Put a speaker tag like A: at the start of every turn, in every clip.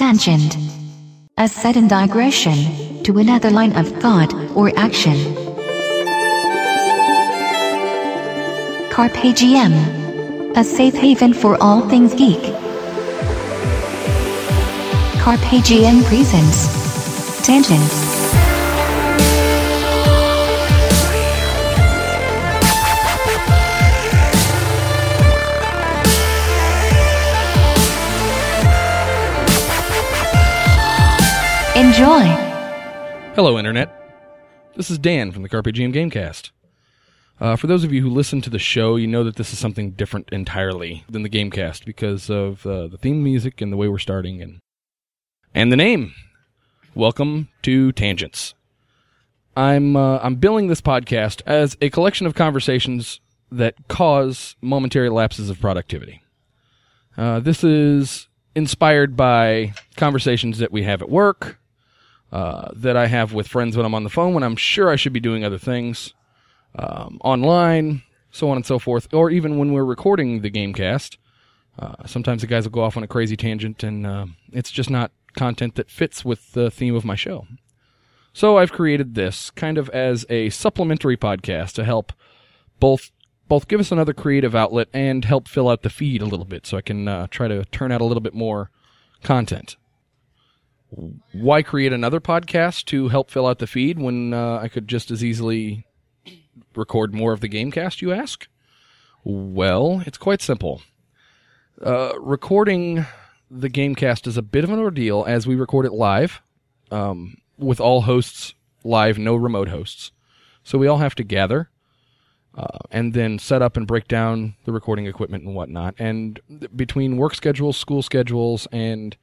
A: tangent. A sudden digression to another line of thought or action. Carpe Diem. A safe haven for all things geek. Carpe Diem presents Tangents. Enjoy.
B: Hello, Internet. This is Dan from the Carpe Diem Gamecast. Uh, for those of you who listen to the show, you know that this is something different entirely than the Gamecast because of uh, the theme music and the way we're starting and and the name. Welcome to Tangents. I'm uh, I'm billing this podcast as a collection of conversations that cause momentary lapses of productivity. Uh, this is inspired by conversations that we have at work, uh, that I have with friends when I'm on the phone when I'm sure I should be doing other things, um, online, so on and so forth, or even when we're recording the Gamecast. Uh, sometimes the guys will go off on a crazy tangent, and uh, it's just not content that fits with the theme of my show. So I've created this kind of as a supplementary podcast to help both both give us another creative outlet and help fill out the feed a little bit, so I can uh, try to turn out a little bit more content why create another podcast to help fill out the feed when uh, I could just as easily record more of the Gamecast, you ask? Well, it's quite simple. Uh, recording the Gamecast is a bit of an ordeal as we record it live, um, with all hosts live, no remote hosts. So we all have to gather uh, and then set up and break down the recording equipment and whatnot. And th- between work schedules, school schedules, and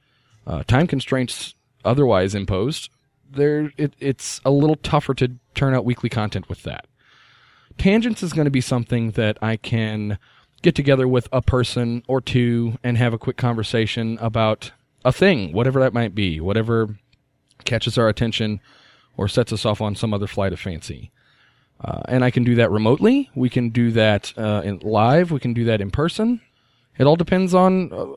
B: uh, time constraints otherwise imposed, there it, it's a little tougher to turn out weekly content with that. Tangents is going to be something that I can get together with a person or two and have a quick conversation about a thing, whatever that might be, whatever catches our attention or sets us off on some other flight of fancy. Uh, and I can do that remotely. We can do that uh, in live. We can do that in person. It all depends on uh,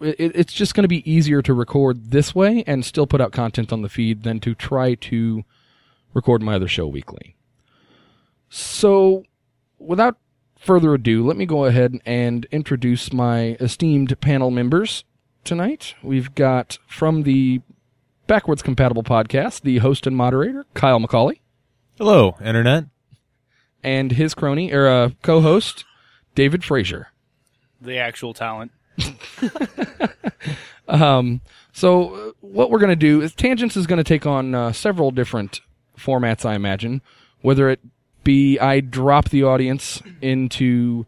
B: it, it's just going to be easier to record this way and still put out content on the feed than to try to record my other show weekly. So, without further ado, let me go ahead and introduce my esteemed panel members tonight. We've got from the Backwards Compatible podcast, the host and moderator, Kyle McCauley,
C: Hello, Internet.
B: and his crony, or uh, co host, David Frazier.
D: the actual talent.
B: Um, so uh, what we're going to do is tangents is going to take on uh, several different formats, I imagine. Whether it be I drop the audience into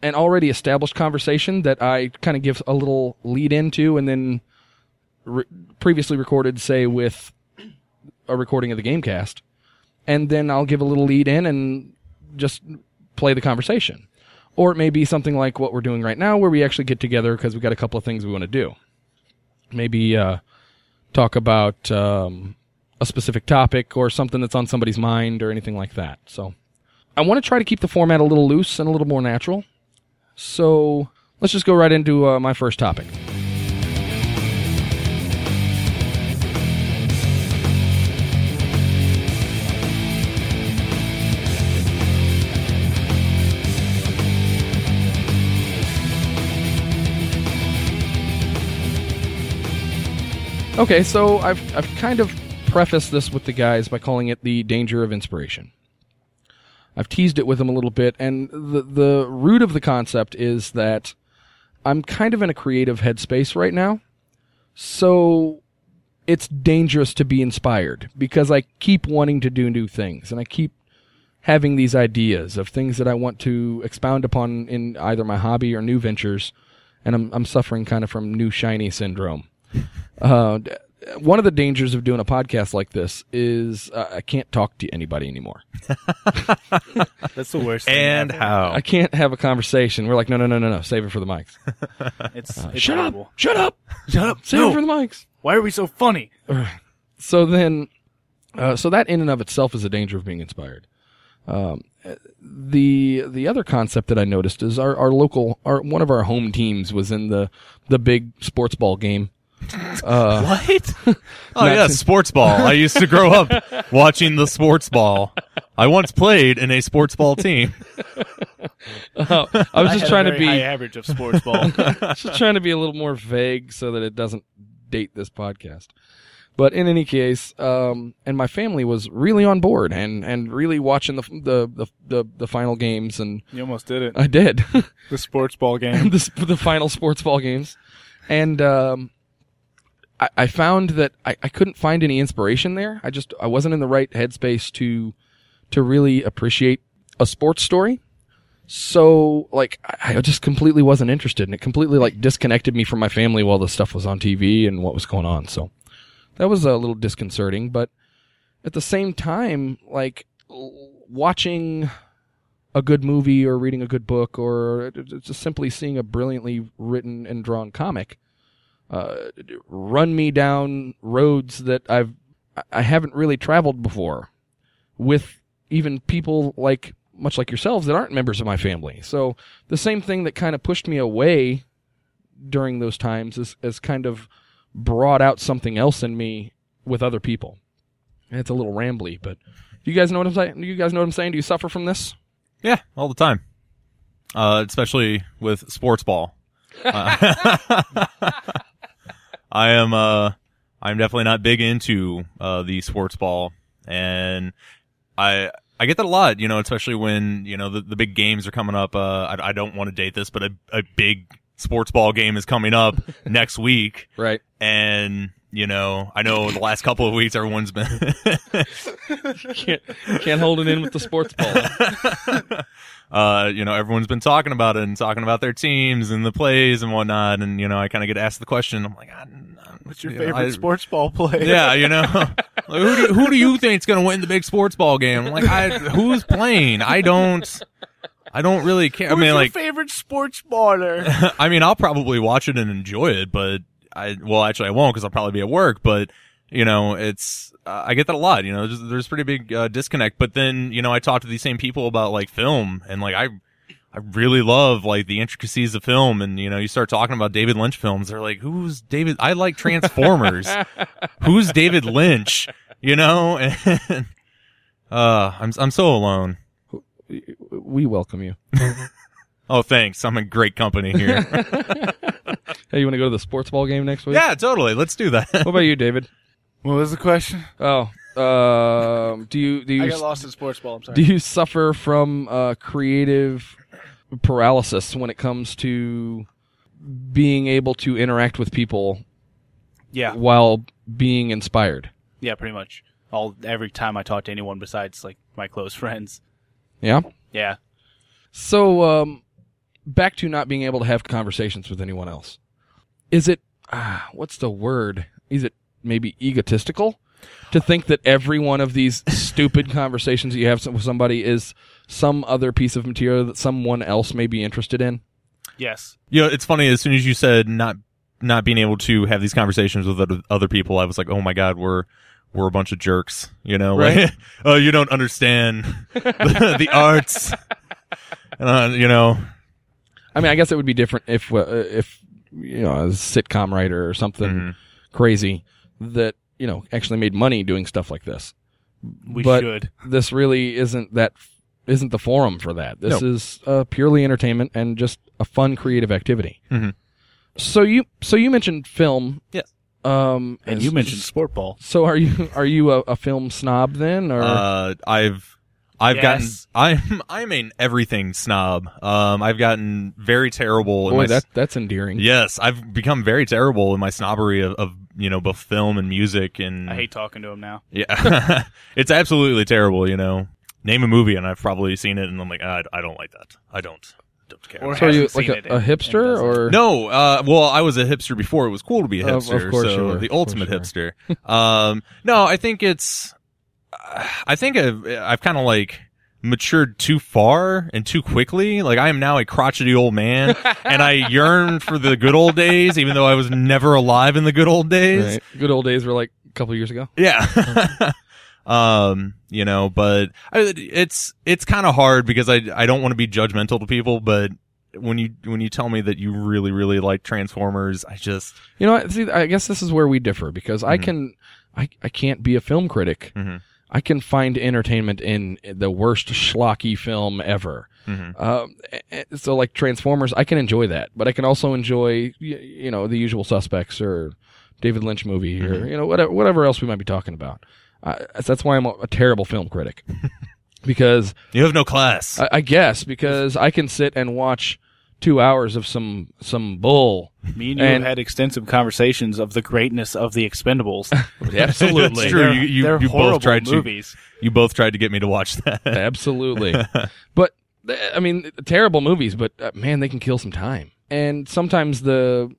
B: an already established conversation that I kind of give a little lead into, and then re- previously recorded, say with a recording of the GameCast, and then I'll give a little lead in and just play the conversation. Or it may be something like what we're doing right now, where we actually get together because we've got a couple of things we want to do maybe uh, talk about um, a specific topic or something that's on somebody's mind or anything like that. So I want to try to keep the format a little loose and a little more natural. So let's just go right into uh, my first topic. Okay, so I've, I've kind of prefaced this with the guys by calling it the danger of inspiration. I've teased it with them a little bit, and the, the root of the concept is that I'm kind of in a creative headspace right now. So it's dangerous to be inspired because I keep wanting to do new things and I keep having these ideas of things that I want to expound upon in either my hobby or new ventures. And I'm, I'm suffering kind of from new shiny syndrome. Uh, d- one of the dangers of doing a podcast like this is uh, I can't talk to anybody anymore.
D: That's the worst.
C: And
D: thing
C: how?
B: I can't have a conversation. We're like, no, no, no, no, no, save it for the mics.
D: ever. it's, it's
B: Shut
D: horrible.
B: up! Shut up!
D: Shut up!
B: Save it for the mics.
D: Why are we so funny?
B: so then, uh, so that in and of itself is a danger of being inspired. Um, uh, the the other concept that I noticed is our, our local our one of our home teams was in the the big sports ball game
C: What? oh
B: Not
C: yeah,
B: since-
C: sports ball. I used to grow up watching the sports ball. I once played in a sports ball team.
B: Oh, I was just
D: had a
B: trying to
D: very
B: be
D: high average of sports ball.
B: just trying to be a little more vague so that it doesn't date this podcast. But in any case, um, and my family was really on board and, and really watching the, the the the the final games, and
D: you almost did it.
B: I did
D: The sports ball game.
B: the sp- the final sports ball games, and um, I, I found that I, I couldn't find any inspiration there. I just I wasn't in the right headspace to to really appreciate a sports story. So like I I just completely wasn't interested, and it completely like disconnected me from my family while the stuff was on TV and what was going on. So that was a little disconcerting, but at the same time, like l- watching a good movie or reading a good book or just simply seeing a brilliantly written and drawn comic uh, run me down roads that I've I haven't really traveled before with even people like much like yourselves that aren't members of my family. So the same thing that kind of pushed me away during those times is, is kind of brought out something else in me with other people. And it's a little rambly, but do you guys know what I'm saying? Do you guys know what I'm saying? Do you suffer from this?
C: Yeah, all the time. Uh, especially with sports ball. Uh, I am uh, I'm definitely not big into uh, the sports ball, and I I get that a lot. You know, especially when you know the, the big games are coming up. Uh, I, I don't want to date this, but a, a big sports ball game is coming up next week,
B: Right.
C: and you know, I know the last couple of weeks everyone's been
B: can't can't hold it in with the sports ball.
C: uh, you know, everyone's been talking about it and talking about their teams and the plays and whatnot. And, you know, I kind of get asked the question. I'm like, I, I,
D: What's your
C: you know,
D: favorite
C: I-
D: sports ball play?
C: Yeah, you know, Like, who, do you, who do you think's going to win the big sports ball game? I'm like, I, who's playing? I don't, I don't really care. I
D: Who's
C: mean,
D: your
C: like,
D: favorite sports baller?
C: I mean, I'll probably watch it and enjoy it, but I, well, actually, I won't because I'll probably be at work, but, you know, it's, uh, I get that a lot, you know, there's, there's pretty big uh, disconnect. But then, you know, I talk to these same people about like film and like, I, I really love like the intricacies of film. And, you know, you start talking about David Lynch films. They're like, who's David? I like Transformers. who's David Lynch? You know, and, uh, I'm, I'm so alone.
B: We welcome you.
C: Oh, thanks. I'm in great company here.
B: Hey, you want to go to the sports ball game next week?
C: yeah, totally. Let's do that.
B: What about you, David?
D: What was the question?
B: Oh, um, do you do
D: I
B: you
D: got lost in sports ball. I'm sorry.
B: do you suffer from uh, creative paralysis when it comes to being able to interact with people
D: yeah,
B: while being inspired?
D: yeah, pretty much. All every time I talk to anyone besides like my close friends.
B: Yeah.
D: Yeah,
B: So, um, back to not being able to have conversations with anyone else. Is it, ah, what's the word? Is it maybe egotistical to think that every one of these stupid conversations that you have with somebody is some other piece of material that someone else may be interested in?
D: yes.
C: You know, it's funny. As soon as you said not not being able to have these conversations with other- other people, I was like, oh my god, we're we're a bunch of jerks. You know, like,
B: Right.
C: oh, you don't understand the, the arts. And uh, you know,
B: I mean, I guess it would be different if, uh, if, you know, a sitcom writer or something
C: Mhm.
B: crazy that, you know, actually made money doing stuff like this.
D: We
B: But-
D: should.
B: this really isn't that isn't the forum for that. This is uh, purely entertainment and just a fun creative activity.
C: Mhm.
B: So you so you mentioned film.
C: Yes.
B: Um,
D: And
B: s-
D: you mentioned sport ball.
B: So are you are you a, a film snob then, or
C: uh, I've I've
D: Yes.
C: gotten I'm I'm an everything snob. Um, I've gotten very terrible. in
B: boy
C: my
B: that that's endearing.
C: yes, I've become very terrible in my snobbery of, of you know both film and music and
B: Mm.
D: I hate talking to him now.
C: Yeah, it's absolutely terrible. You know, name a movie and I've probably seen it, and I'm like, I, I don't like that. I don't don't care.
D: Or
B: So are you
D: Hasn't
B: like
D: seen
B: a,
D: it
B: a
D: and-
B: hipster
D: and doesn't.
B: or
C: no, uh, well, I was a hipster before. It was cool to be a
B: Of-
C: hipster.
B: of course
C: so
B: you were.
C: the
B: Of course
C: ultimate
B: you
C: hipster. um, no, I think it's, I think I've, I've kind of like matured too far and too quickly. Like I am now a crotchety old man, and I yearn for the good old days, even though I was never alive in the good old days.
B: Right. good old days were like a couple years ago.
C: Yeah. um, you know, but I, it's it's kind of hard because I I don't want to be judgmental to people, but when you when you tell me that you really really like Transformers, I just
B: You know, what? see, I guess this is where we differ because I can, I, I can't be a film critic.
C: Mhm.
B: I can find entertainment in the worst schlocky film ever.
C: Mhm.
B: Um, eh, eh, so, like Transformers, I can enjoy that, but I can also enjoy, y- you know, The Usual Suspects or David Lynch movie or you know whatever whatever else we might be talking about. Uh, that's why I'm a, a terrible film critic because
C: you have no class.
B: I, I guess because I can sit and watch two hours of some some bull.
D: Me and you
B: And-
D: have had extensive conversations of the greatness of the Expendables.
C: absolutely. It's true.
D: They're,
C: You- you-
D: they're
C: you both
D: horrible
C: tried to-
D: movies.
C: you both tried to get me to watch that.
B: Absolutely. but th- I mean, terrible movies, but uh, man, they can kill some time. And sometimes the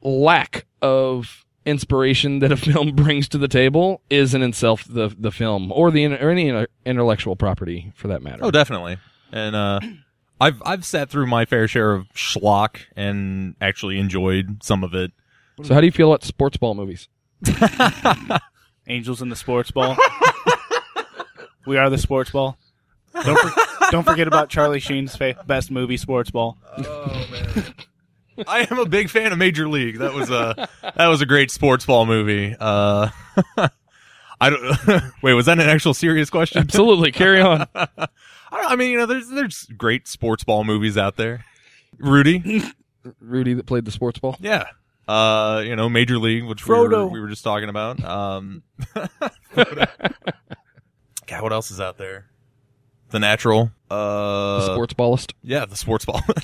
B: lack of inspiration that a film brings to the table isn't in itself the the film or the in- or any inter- intellectual property for that matter.
C: oh, definitely. And uh, I've I've sat through my fair share of schlock and actually enjoyed some of it.
B: so how do you feel about sports ball movies?
D: Angels in the Sports Ball. we are the Sports Ball. Don't, for- don't forget about Charlie Sheen's fa- best movie, Sports Ball.
C: I am a big fan of Major League. That was a that was a great sports ball movie. Uh, I don't. wait, was that an actual serious question?
B: Absolutely. Carry on.
C: I, don't- I mean, you know, there's there's great sports ball movies out there. Rudy,
B: Rudy that played the sports ball.
C: yeah. Uh, you know, Major League, which we were,
D: Frodo.
C: we were just talking about. Um, God, what else is out there? The Natural. Uh,
B: The sports ballist.
C: Yeah, the sports ball.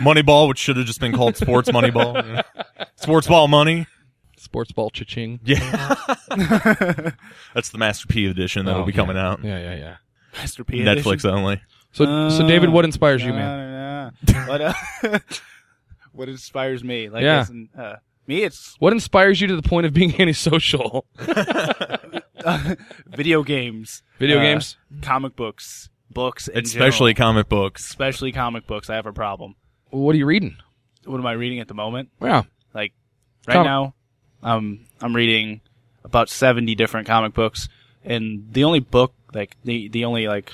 C: Moneyball, which should have just been called sports moneyball. sports ball money.
B: Sports ball cha-ching.
C: Yeah. That's the Master P edition that'll
B: Oh,
C: be coming out.
B: Yeah, yeah, yeah.
D: Master P.
C: Netflix
D: edition.
C: only.
B: So so David,
D: Ah.
B: what inspires you, man?
D: Nah, nah, nah. What, uh, what inspires me? Like,
B: Yeah.
D: as in, uh, me, it's
B: What inspires you to the point of being antisocial?
D: video games,
B: Video
D: uh,
B: games?
D: comic books, books, in
C: Especially
D: general.
C: comic books.
D: especially comic books. I have a problem.
B: What are you reading?
D: What am I reading at the moment?
B: Wow.
D: Like right
B: Com-
D: now, um, I'm reading about seventy different comic books, and the only book like the the only like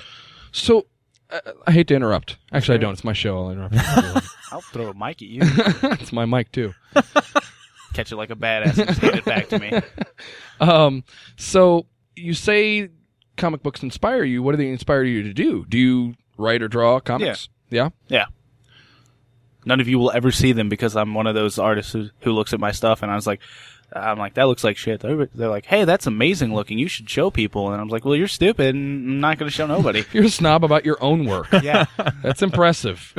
B: So, uh, I hate to interrupt. Actually, I don't. It's my show. I'll interrupt.
D: I'll throw a mic at you,
B: it's my mic too.
D: catch it like a badass, and just hand it back to me.
B: Um, so you say comic books inspire you. What do they inspire you to do? Do you write or draw comics? Yeah.
D: Yeah. None of you will ever see them because I'm one of those artists who, who looks at my stuff and I was like, I'm like, that looks like shit. They're, they're like, hey, that's amazing looking. You should show people. And I was like, well, you're stupid. And I'm not going to show nobody.
B: You're a snob about your own work.
D: yeah.
B: That's impressive.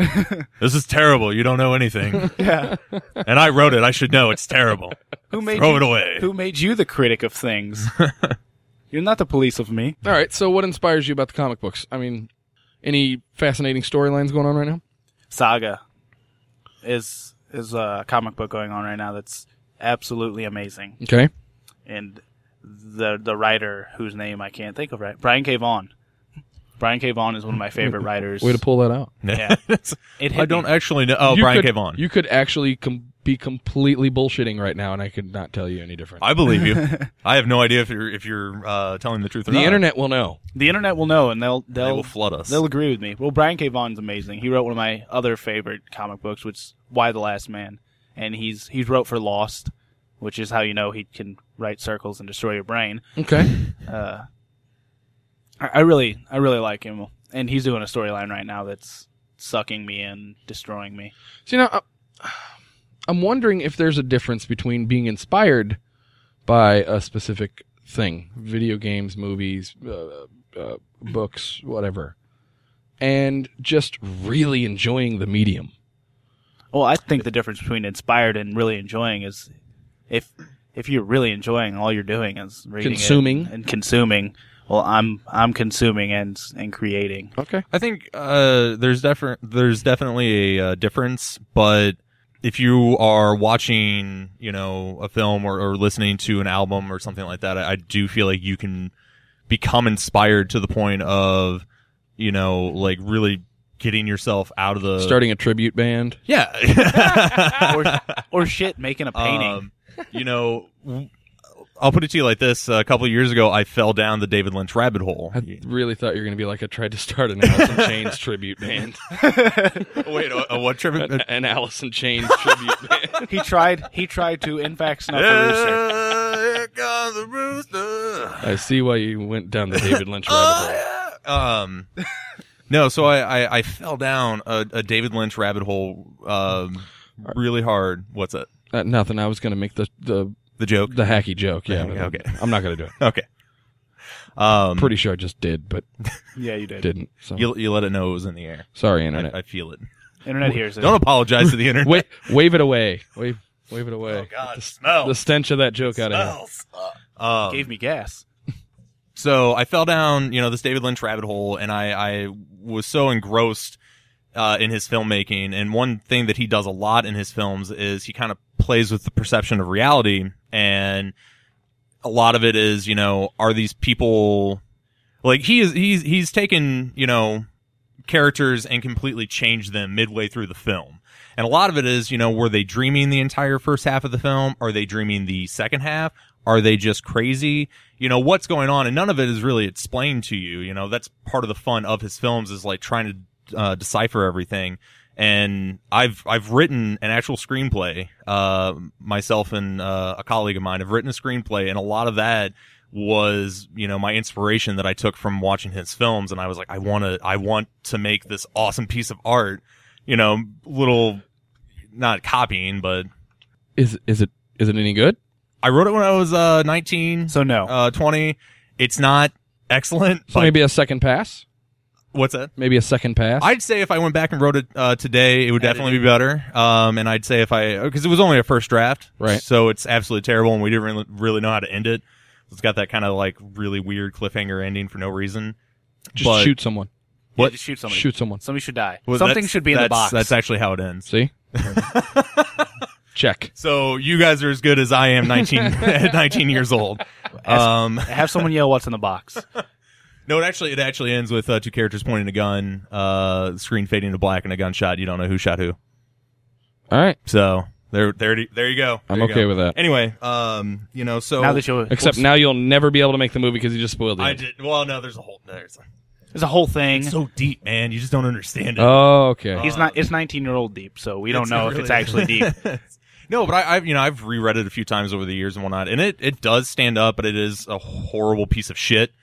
C: This is terrible. You don't know anything.
D: Yeah.
C: and I wrote it. I should know it's terrible.
D: Who made
C: Throw
D: you,
C: it away.
D: Who made you the critic of things? you're not the police of me.
B: All right. So, what inspires you about the comic books? I mean, any fascinating storylines going on right now?
D: Saga is is a comic book going on right now that's absolutely amazing.
B: Okay.
D: and the the writer whose name I can't think of right Brian K. Vaughan. Brian K. Vaughan is one of my favorite writers.
B: Way to pull that out.
D: Yeah.
C: It's-
D: It hit
C: I don't
D: me.
C: actually know. Oh,
B: You
C: Brian
B: could,
C: K. Vaughan.
B: You could actually com- be completely bullshitting right now, and I could not tell you any different.
C: I believe you. I have no idea if you're if you're uh, telling the truth or
B: the
C: not.
B: internet will know.
D: The internet will know, and they'll they'll
C: they will flood us.
D: they'll agree with me. Well, Brian K. Vaughan's amazing. He wrote one of my other favorite comic books, which is Why the Last Man, and he's he's wrote for Lost, which is how you know he can write circles and destroy your brain.
B: Okay.
D: Uh, I, I really I really like him, and he's doing a storyline right now that's sucking me in, destroying me.
B: So, you know, I- uh, I'm wondering if there's a difference between being inspired by a specific thing video games, movies, uh, uh, books, whatever, and just really enjoying the medium.
D: Well, I think the difference between inspired and really enjoying is if if you're really enjoying all you're doing is reading it
B: Consuming.
D: and consuming. Well, I'm I'm consuming and and creating.
B: Okay.
C: I think uh, there's defi- there's definitely a uh, difference, but if you are watching, you know, a film or, or listening to an album or something like that, I, I do feel like you can become inspired to the point of, you know, like really getting yourself out of the
B: Starting a tribute band.
C: Yeah,
D: or, or shit, making a painting.
C: Um, you know, Um, w- I'll put it to you like this: a couple of years ago, I fell down the David Lynch rabbit hole.
B: I really thought you were going to be like, I tried to start an Alice in Chains tribute band.
C: Wait, a, a what trip?
B: An, an Alice in Chains tribute band.
D: He tried. He tried to, in fact, snuff a rooster.
C: Yeah, here comes the rooster. Oh,
B: I see why you went down the David Lynch rabbit hole.
C: um no so I, I i fell down a, a david lynch rabbit hole um really hard what's it
B: Uh, nothing. I was going to make the, the
C: the joke
B: the hacky joke. Yeah. but
C: Okay.
B: I'm not going to do it.
C: okay um
B: Pretty sure I just did, but
D: Yeah, you did.
B: didn't. So
C: you, you let it know it was in the air
B: sorry, internet.
C: I, I feel it
D: Internet hears it.
C: don't apologize to the internet
B: Wa- wave it away. Wave wave it away.
C: oh god Oh.
B: the,
C: smell
B: the stench of that joke out of here.
C: smells. um,
D: Gave me gas.
C: so I fell down, you know, this David Lynch rabbit hole, and I, I was so engrossed uh, in his filmmaking. And one thing that he does a lot in his films is he kind of plays with the perception of reality, and a lot of it is, you know, are these people like he is? He's he's taken, you know, characters and completely changed them midway through the film. And a lot of it is, you know, were they dreaming the entire first half of the film? Are they dreaming the second half? Are they just crazy? You know, what's going on? And none of it is really explained to you. You know, that's part of the fun of his films is like trying to uh, decipher everything. And I've, I've written an actual screenplay. Uh, myself and uh, a colleague of mine have written a screenplay and a lot of that was, you know, my inspiration that I took from watching his films. And I was like, I want to, I want to make this awesome piece of art, you know, little, not copying, but
B: Is is it is it any good?
C: I wrote it when I was, uh, 19,
D: So no.
C: uh, 20. It's not excellent,
B: So
C: but
B: maybe a second pass.
C: what's that?
B: Maybe a second pass.
C: I'd say if I went back and wrote it uh, today, it would definitely be better. Um, and I'd say if I because it was only a first draft,
B: Right.
C: So it's absolutely terrible, and we didn't really, really know how to end it. It's got that kind of like really weird cliffhanger ending for no reason.
B: just
C: but-
B: shoot someone.
D: Yeah,
C: what-
D: just shoot somebody.
B: Shoot someone.
D: Somebody should die.
C: Well,
D: Something
C: that's-
D: should be in the
C: that's-
D: box.
C: That's actually how it ends.
B: See? Check.
C: So you guys are as good as I am, nineteen at nineteen years old. Um,
D: Have someone yell what's in the box.
C: no, it actually it actually ends with uh, two characters pointing a gun, uh, the screen fading to black, and a gunshot. You don't know who shot who.
B: All right.
C: So there, there, it- there you go.
B: I'm
C: There you
B: okay
C: go.
B: with that.
C: Anyway, um, you know, so
D: now that you
B: Except now you'll never be able to make the movie because you just spoiled it.
C: I did. Well, no, there's a whole. There's
D: there's a whole thing.
C: it's so deep, man. You just don't understand it.
B: Oh, okay.
D: He's not. It's 19 year old deep, so we don't
C: It's
D: know if
C: really-
D: it's actually deep.
C: no, but I, I've you know I've reread it a few times over the years and whatnot, and it it does stand up, but it is a horrible piece of shit.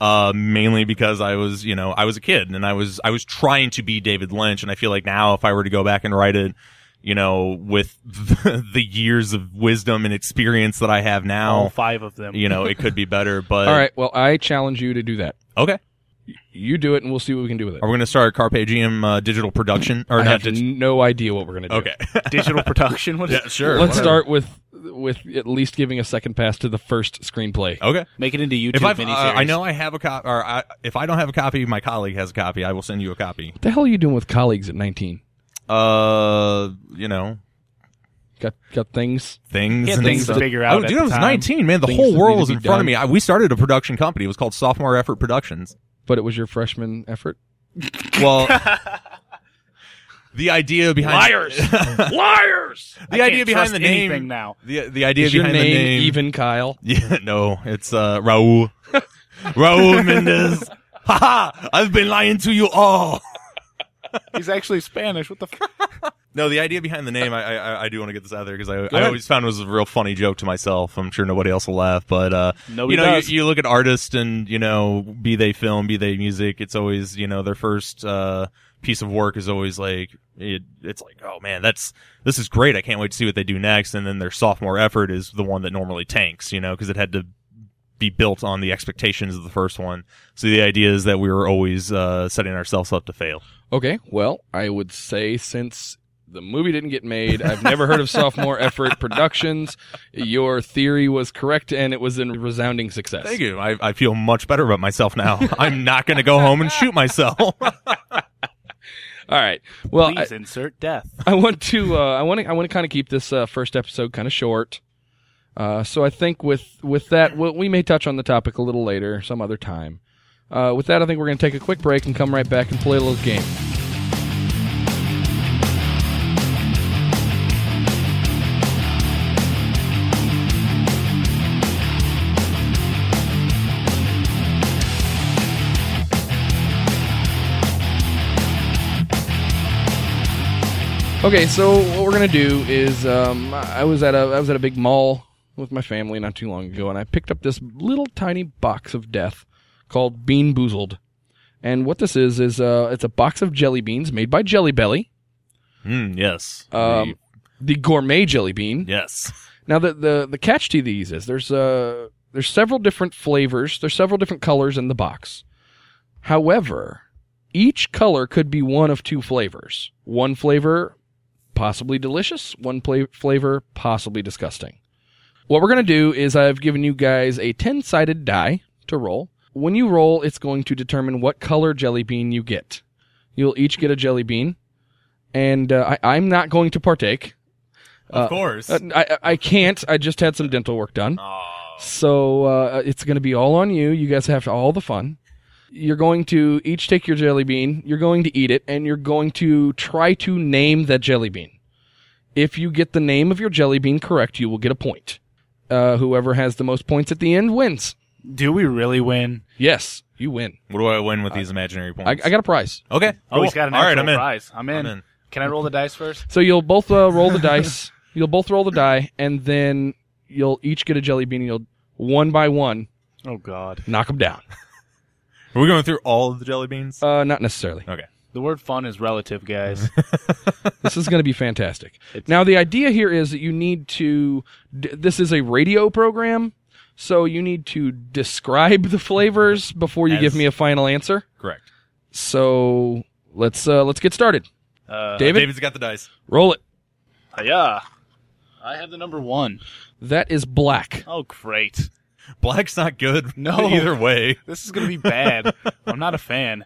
C: Uh, mainly because I was you know I was a kid and I was I was trying to be David Lynch, and I feel like now if I were to go back and write it. You know, with the years of wisdom and experience that I have
D: All
C: now,
D: five of them.
C: you know, it could be better. But
B: All right. Well, I challenge you to do that.
C: okay,
B: You do it, and we'll see what we can do with it.
C: are we going to start Carpe Diem uh, digital production or
B: I
C: not?
B: have
C: dig-
B: no idea what we're gonna do.
C: okay,
D: Digital production. What is
C: yeah, sure.
B: Let's
C: whatever.
B: start with with at least giving a second pass to the first screenplay.
C: Okay.
D: Make it into YouTube
C: If I've, uh,
D: miniseries.
C: I know I have a copy, or I, if I don't have a copy, my colleague has a copy. I will send you a copy.
B: What the hell are you doing with colleagues at 19?
C: Uh, you know,
B: Got got things.
C: things
D: He had
C: and
D: things to
C: stuff.
D: figure out
C: Oh,
D: at
C: dude,
D: the
C: I was
D: time.
C: nineteen, man. The
B: Things
C: whole
B: that
C: world
B: needed
C: was
B: to
C: in
B: be
C: front of
B: done.
C: me. I, we started a production company. It was called Sophomore Effort Productions.
B: but it was your freshman effort.
C: Well, the idea behind
D: Liars!
C: the
D: Liars. I
C: idea
D: can't
C: behind
D: trust
C: the name-
D: anything now.
C: the, the idea
B: Is your
C: behind
B: name,
C: the name
B: even Kyle?
C: Yeah, no, it's uh, Raul. Raul Mendez. Haha! I've been lying to you all.
D: He's actually Spanish. What the? F-
C: No, the idea behind the name, I I, I do want to get this out there because I, I
B: ahead.
C: always found it was a real funny joke to myself. I'm sure nobody else will laugh, but uh, you
D: Nobody
C: know,
D: does.
C: You, you look at artists and you know, be they film, be they music, it's always you know their first uh, piece of work is always like it, it's like oh man, that's this is great. I can't wait to see what they do next. And then their sophomore effort is the one that normally tanks, you know, because it had to be built on the expectations of the first one. So the idea is that we were always uh, setting ourselves up to fail.
B: Okay, well, I would say since the movie didn't get made, I've never heard of sophomore effort productions. Your theory was correct, and it was in resounding success.
C: Thank you. I, I feel much better about myself now. I'm not going to go home and shoot myself.
B: All right. Well, I,
D: Please insert death.
B: I want to. Uh, I want to. I want to kind of keep this uh, first episode kind of short. Uh, so I think with with that, we we may touch on the topic a little later, some other time. Uh, with that, I think we're going to take a quick break and come right back and play a little game. Okay, so what we're gonna do is um, I was at a I was at a big mall with my family not too long ago, and I picked up this little tiny box of death called Bean Boozled. And what this is is uh, it's a box of jelly beans made by Jelly Belly,
C: Mm, yes.
B: um, the gourmet jelly bean.
C: yes.
B: Now the, the the catch to these is there's uh there's several different flavors, there's several different colors in the box. However, each color could be one of two flavors. One flavor possibly delicious, one pla- flavor possibly disgusting. What we're going to do is I've given you guys a 10-sided die to roll. When you roll, it's going to determine what color jelly bean you get. You'll each get a jelly bean, and uh, I, I'm not going to partake.
C: Of
B: Uh,
C: course.
B: Uh, I, I- I can't. I just had some dental work done.
C: Oh. Aw.
B: So uh, it's going to be all on you. You guys have all the fun. You're going to each take your jelly bean, you're going to eat it, and you're going to try to name that jelly bean. If you get the name of your jelly bean correct, you will get a point. Uh, whoever has the most points at the end wins.
D: Do we really win?
B: Yes, you win.
C: what do I win with these imaginary points?
B: I, I got a prize.
C: okay.
D: Oh, he's
C: cool.
D: got an
C: All right,
D: actual
C: I'm in.
D: prize. I'm in.
C: I'm in.
D: Can I roll the dice first?
B: So you'll both uh, roll the dice. You'll both roll the die, and then you'll each get a jelly bean. And you'll one by one
D: Oh God.
B: knock them down.
C: Are we going through all of the jelly beans?
B: Uh, not necessarily.
C: okay.
D: The word "fun" is relative, guys.
B: this is going to be fantastic.
D: It's-
B: Now, the idea here is that you need to. d- This is a radio program, so you need to describe the flavors before you
C: As-
B: give me a final answer.
C: Correct.
B: So let's uh, let's get started.
D: Uh,
B: David,
C: David's got the dice.
B: roll it.
D: yeah. I have the number one.
B: That is black.
D: Oh, great.
C: Black's not good.
D: No.
C: Either way.
D: This is gonna be bad. I'm not a fan.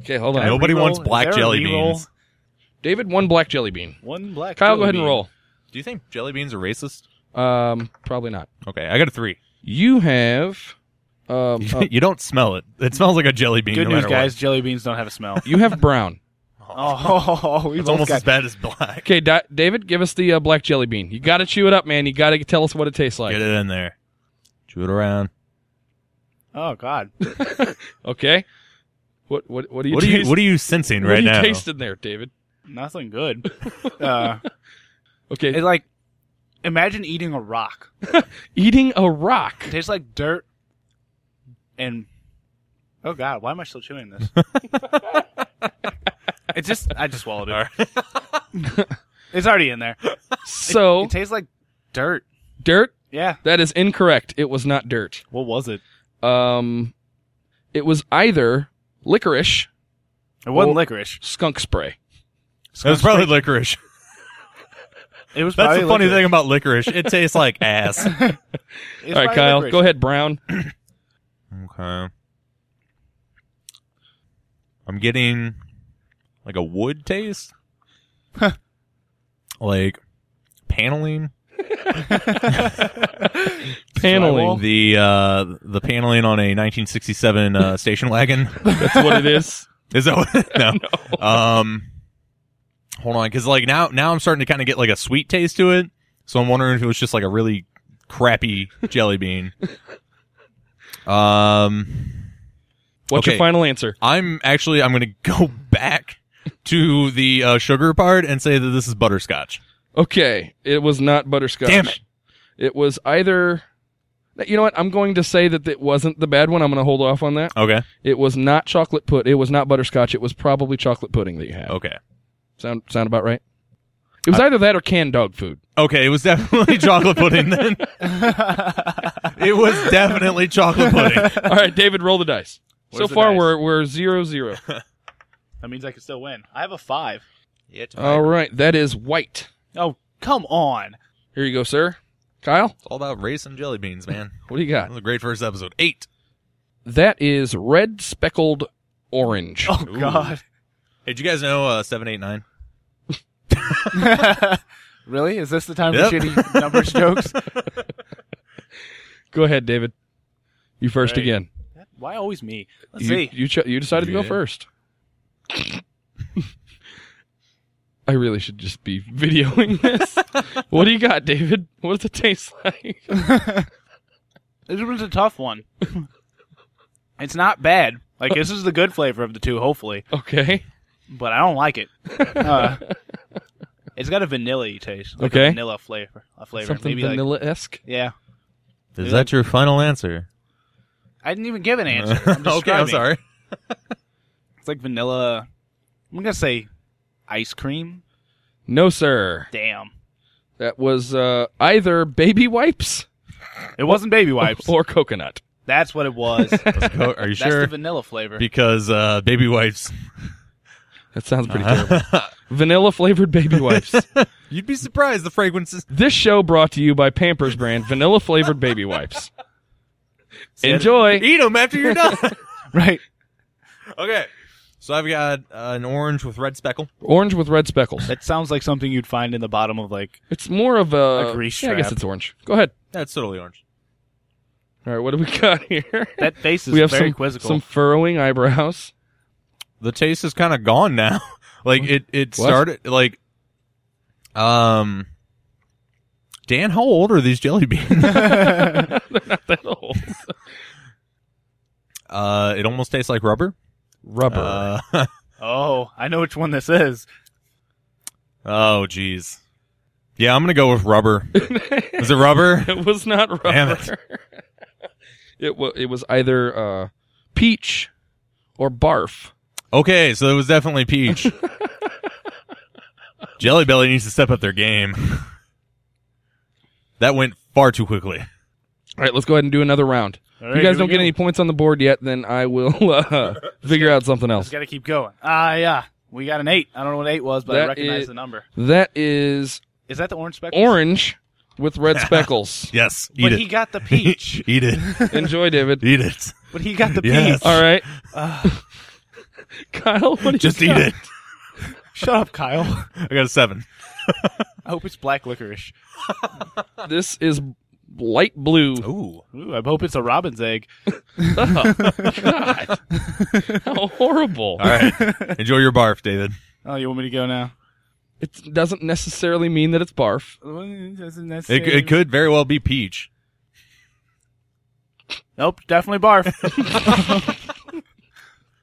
B: Okay, hold on.
D: Can I
C: Nobody
D: reroll?
C: wants black
D: Is there a
C: jelly
D: reroll?
C: beans.
B: David, one black jelly bean.
D: One black.
B: Kyle,
D: jelly
B: go ahead and
D: bean.
B: roll.
C: Do you think jelly beans are racist?
B: Um, probably not.
C: Okay, I got a three.
B: You have. Um, uh,
C: you don't smell it. It smells like a jelly bean.
D: Good
C: no
D: news,
C: matter
D: guys. Jelly beans don't have a smell.
B: you have brown.
D: oh,
C: What.
D: we
C: It's
D: both
C: almost
D: got-
C: as bad as black.
B: Okay, Di- David, give us the uh, black jelly bean. You got to chew it up, man. You got to tell us what it tastes like.
C: Get it in there. Chew it around.
D: Oh God.
B: Okay. What what what do you
C: what are you
B: taste?
C: What are you sensing
B: what
C: right
B: do you
C: now?
B: taste in there, David?
D: Nothing good. Uh,
B: Okay,
D: it's like imagine eating a rock.
B: eating a rock.
D: It tastes like dirt and Oh god, why am I still chewing this? it just I just swallowed it. it's already in there.
B: So
D: It tastes like dirt.
B: dirt.
D: Yeah.
B: That is incorrect. It was not dirt.
D: What was it?
B: Um, it was either licorice
D: It wasn't
B: Well-
D: licorice.
B: skunk spray.
C: It was probably licorice.
D: It was
C: That's
D: probably
C: the funny
D: licorice.
C: thing about licorice. It tastes like ass. okay.
D: It was
B: All right,
D: probably
B: Kyle,
D: licorice.
B: go ahead. Brown.
C: I'm getting like a wood taste, like paneling.
B: Paneling.
C: The uh, the paneling on a 1967 uh, station wagon.
B: That's what it is.
C: Is that what? No. Um, hold on, because like now, now I'm starting to kind of get like a sweet taste to it. So I'm wondering if it was just like a really crappy jelly bean. Um,
B: What's your
C: Okay.
B: final answer?
C: I'm actually I'm gonna go back to the uh, sugar part and say that this is butterscotch.
B: Okay, it was not butterscotch.
C: Damn it.
B: It was either. You know what? I'm going to say that it wasn't the bad one. I'm going to hold off on that.
C: Okay.
B: It was not chocolate put. It was not butterscotch. It was probably chocolate pudding that you had.
C: Okay.
B: Sound sound about right? It was either that or canned dog food.
C: Okay. It was definitely chocolate pudding then. it was definitely chocolate pudding.
B: All right, David, roll the dice. so
D: Where's the
B: far,
D: dice?
B: we're we're zero zero.
D: That means I can still win. I have a 5.
B: All right, that is white.
D: Oh, come on.
B: Here you go, sir. Kyle,
C: It's all about race and jelly beans, man.
B: what do you
C: That
B: got?
C: was a great first episode. Eight.
B: That is red speckled orange.
D: Oh
C: Ooh.
D: god.
C: Hey, did you guys know uh, seven, eight, nine?
D: really? Is this the time
C: Yep.
D: for shitty numbers jokes?
B: Go ahead, David. You first
D: Great.
B: again.
D: Why always me? Let's
B: You
D: see.
B: you cho- you decided to go
C: Yeah.
B: first. I really should just be videoing this. what do you got, David? What does it taste like?
D: This was a tough one. it's not bad. Like this is the good flavor of the two, hopefully,
B: Okay.
D: but I don't like it. Uh, It's got a vanilla taste. Like
B: Okay.
D: A vanilla flavor. A flavor.
B: Something
D: Maybe like
B: vanilla esque.
D: yeah.
C: Is that your final answer?
D: I didn't even give an answer. Uh, I'm
C: okay, I'm
D: describing.
C: sorry.
D: It's like vanilla. I'm gonna say ice cream.
B: No, sir.
D: Damn.
B: That was uh, either baby wipes
D: It wasn't baby wipes.
B: or coconut.
D: That's what it was. That's
C: Let's go. Are you sure?
D: the vanilla flavor.
C: because uh, baby wipes.
B: That sounds pretty
C: Uh-huh.
B: terrible. Vanilla flavored baby wipes.
C: You'd be surprised the fragrances.
B: this show brought to you by Pampers brand vanilla flavored baby wipes. Enjoy.
C: Eat them after you're done.
D: right.
C: okay. So I've got uh, an orange with red speckle.
B: Orange with red speckles.
D: That sounds like something you'd find in the bottom of like
B: It's more of a,
D: A grease
B: Yeah, I guess
D: trap.
B: it's orange. Go ahead.
C: That's totally orange.
B: All right, what do we got here?
D: that face is
B: we have
D: very
B: some
D: quizzical.
B: some furrowing eyebrows.
C: the taste is kind of gone now. like it it
B: What?
C: started like um Dan, how old are these jelly beans?
B: That old
C: uh it almost tastes like rubber.
B: rubber.
C: Uh,
D: oh, I know which one this is.
C: oh jeez. Yeah, I'm going to go with rubber. is it rubber?
B: it was not rubber.
C: Damn
B: it was it was either uh, peach or barf.
C: Okay, so it was definitely peach. jelly Belly needs to step up their game. that went far too quickly.
B: All right, let's go ahead and do another round.
D: All
B: if you
D: right,
B: guys
D: here we
B: don't get
D: go.
B: any points on the board yet, then I will uh, figure out something
D: Just
B: else.
D: gotta keep going. Ah, yeah. We got an eight. I don't know what eight was, but I
B: That
D: recognize
B: is-
D: the number.
B: That is
D: Is that the orange speck?
B: orange with red speckles.
C: Yes, eat
D: But
C: it.
D: he got the peach.
C: eat it.
B: Enjoy, David.
C: Eat it.
D: but he got the
C: Yes.
D: peach.
B: All right.
D: Ah.
B: Kyle, what do you
C: Just eat
B: got?
C: it.
D: Shut up, Kyle.
C: I got a 7.
D: I hope it's black licorice.
B: This is light blue.
C: Ooh.
D: Ooh, I hope it's a robin's egg.
B: Oh, God. How horrible.
C: All right. Enjoy your barf, David.
D: Oh, you want me to go now?
B: It doesn't necessarily mean that it's barf.
C: It, c- it could very well be peach.
D: Nope, definitely barf.